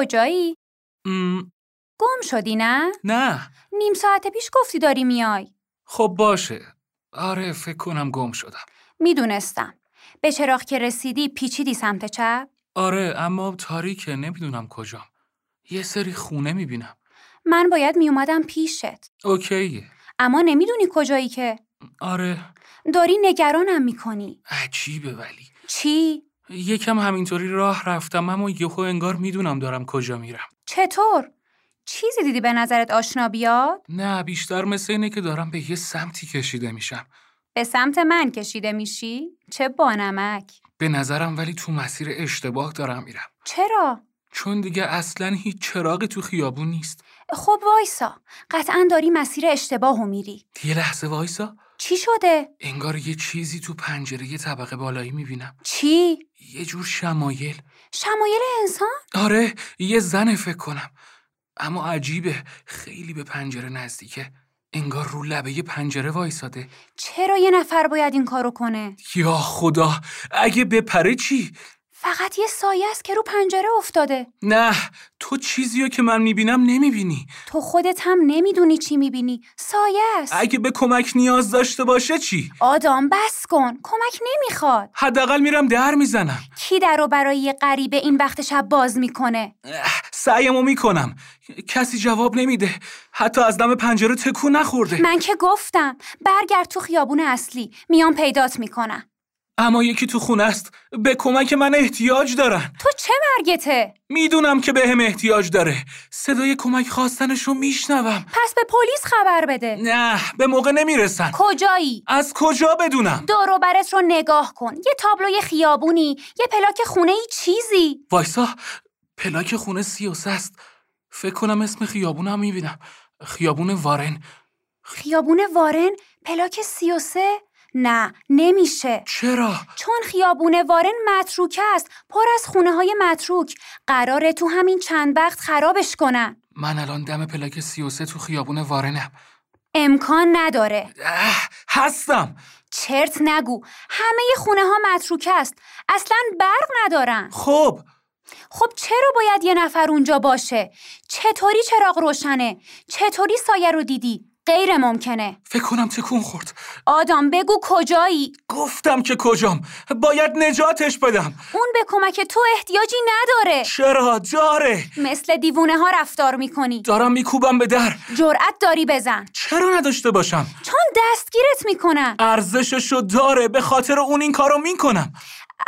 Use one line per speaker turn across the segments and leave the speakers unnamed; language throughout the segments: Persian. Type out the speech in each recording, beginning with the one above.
کجایی؟
مم،
گم شدی نه؟
نه
نیم ساعت پیش گفتی داری میای.
خب باشه آره فکر کنم گم شدم
میدونستم. به چراغ که رسیدی پیچیدی سمت چپ؟
آره اما تاریکه نمیدونم کجام یه سری خونه میبینم
من باید میومدم پیشت.
اوکیه
اما نمیدونی کجایی که
آره
داری نگرانم میکنی.
عجیبه ولی
چی؟
یکم همینطوری راه رفتم اما یهو انگار میدونم دارم کجا میرم
چطور؟ چیزی دیدی به نظرت آشنا بیاد؟
نه بیشتر مثل اینه که دارم به یه سمتی کشیده میشم
به سمت من کشیده میشی؟ چه بانمک.
به نظرم ولی تو مسیر اشتباه دارم میرم
چرا؟
چون دیگه اصلا هیچ چراغی تو خیابون نیست
خب وایسا. قطعا داری مسیر اشتباهو میری.
یه لحظه وایسا
چی شده؟
انگار یه چیزی تو پنجره یه طبقه بالایی میبینم
چی؟
یه جور شمایل
شمایل انسان؟
آره یه زن فکر کنم اما عجیبه خیلی به پنجره نزدیکه انگار رو لبه یه پنجره وایساده
چرا یه نفر باید این کارو کنه؟
یا خدا اگه بپره چی؟
فقط یه سایه است که رو پنجره افتاده.
نه تو چیزی رو که من میبینم نمیبینی
تو خودت هم نمیدونی چی میبینی. سایه است.
اگه به کمک نیاز داشته باشه چی؟
آدم بس کن. کمک نمیخواد.
حداقل میرم در میزنم
کی در رو برای یه غریبه این وقت شب باز میکنه؟
سعیمو میکنم کسی جواب نمیده حتی از دم پنجره تکو نخورده
من که گفتم برگرد تو خیابون اصلی میام پیدات میکنم.
اما یکی تو خونه است به کمک من احتیاج دارن
تو چه مرگته؟
میدونم که بهم احتیاج داره صدای کمک خواستنش رو میشنوم
پس به پلیس خبر بده.
نه به موقع نمیرسن
کجایی؟
از کجا بدونم
دوروبرت رو نگاه کن. یه تابلوی خیابونی، یه پلاک خونه ای چیزی.
وایسا پلاک خونه سی و سه است فکر کنم اسم خیابونم میبینم خیابون وارن
خیابون وارن پلاک 33 نه نمیشه
چرا؟
چون خیابون وارن متروکه است پر از خونه های متروک قراره تو همین چند وقت خرابش کنن
من الان دم پلاک سی و سه تو خیابون وارنم
امکان نداره
اه، هستم
چرت نگو همه خونه ها متروکه است اصلا برق ندارن
خب
خب چرا باید یه نفر اونجا باشه چطوری چراغ روشنه چطوری سایه رو دیدی غیر ممکنه
فکر کنم تکون خورد
آدم بگو کجایی
گفتم که کجام باید نجاتش بدم
اون به کمک تو احتیاجی نداره
چرا جاره
مثل دیوونه ها رفتار میکنی
دارم میکوبم به در
جرأت داری بزن
چرا نداشته باشم
چون دستگیرت میکنن
ارزششو داره به خاطر اون این کارو میکنم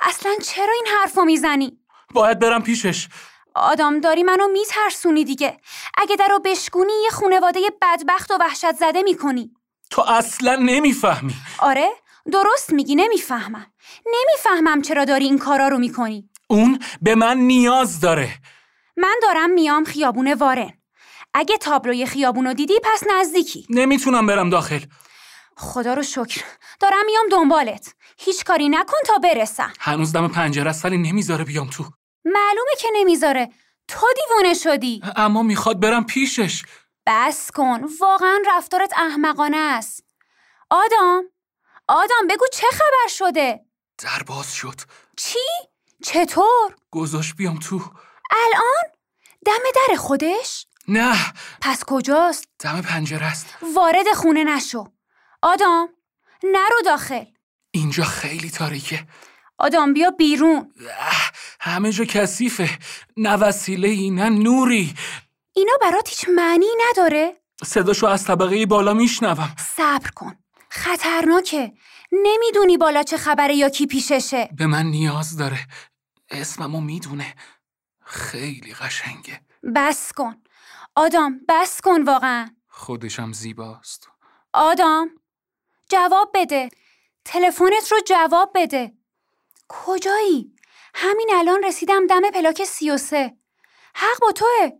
اصلا چرا این حرفو میزنی
باید برم پیشش
آدم داری منو میترسونی دیگه اگه درو بشکونی یه خونواده بدبخت و وحشت زده میکنی
تو اصلا نمیفهمی
آره درست میگی نمیفهمم نمیفهمم چرا داری این کارا رو میکنی
اون به من نیاز داره
من دارم میام خیابون وارن اگه تابلوی خیابونو دیدی پس نزدیکی
نمیتونم برم داخل
خدا رو شکر دارم میام دنبالت هیچ کاری نکن تا برسم
هنوز دم پنجره است ولی نمیذاره بیام تو
معلومه که نمیذاره تو دیوونه شدی
اما میخواد برم پیشش
بس کن واقعا رفتارت احمقانه است آدام آدام بگو چه خبر شده
در باز شد
چی چطور
گذاشت بیام تو
الان دم در خودش
نه
پس کجاست
دم پنجره است
وارد خونه نشو آدام نرو داخل
اینجا خیلی تاریکه
آدام بیا بیرون
اه، همه جا کثیفه نه وسیله ای نه نوری
اینا برات هیچ معنی نداره
صداشو از طبقه بالا میشنوم
صبر کن خطرناکه نمیدونی بالا چه خبره یا کی پیششه
به من نیاز داره اسممو میدونه خیلی قشنگه
بس کن آدام بس کن واقعا
خودشم زیباست
آدام جواب بده تلفنت رو جواب بده کجایی؟ همین الان رسیدم دم پلاک 33 حق با توه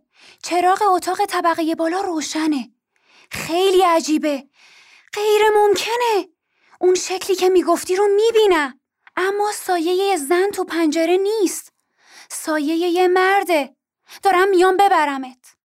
چراغ اتاق طبقه بالا روشنه خیلی عجیبه غیر ممکنه اون شکلی که میگفتی رو میبینم اما سایه یه زن تو پنجره نیست سایه یه مرده دارم میام ببرمت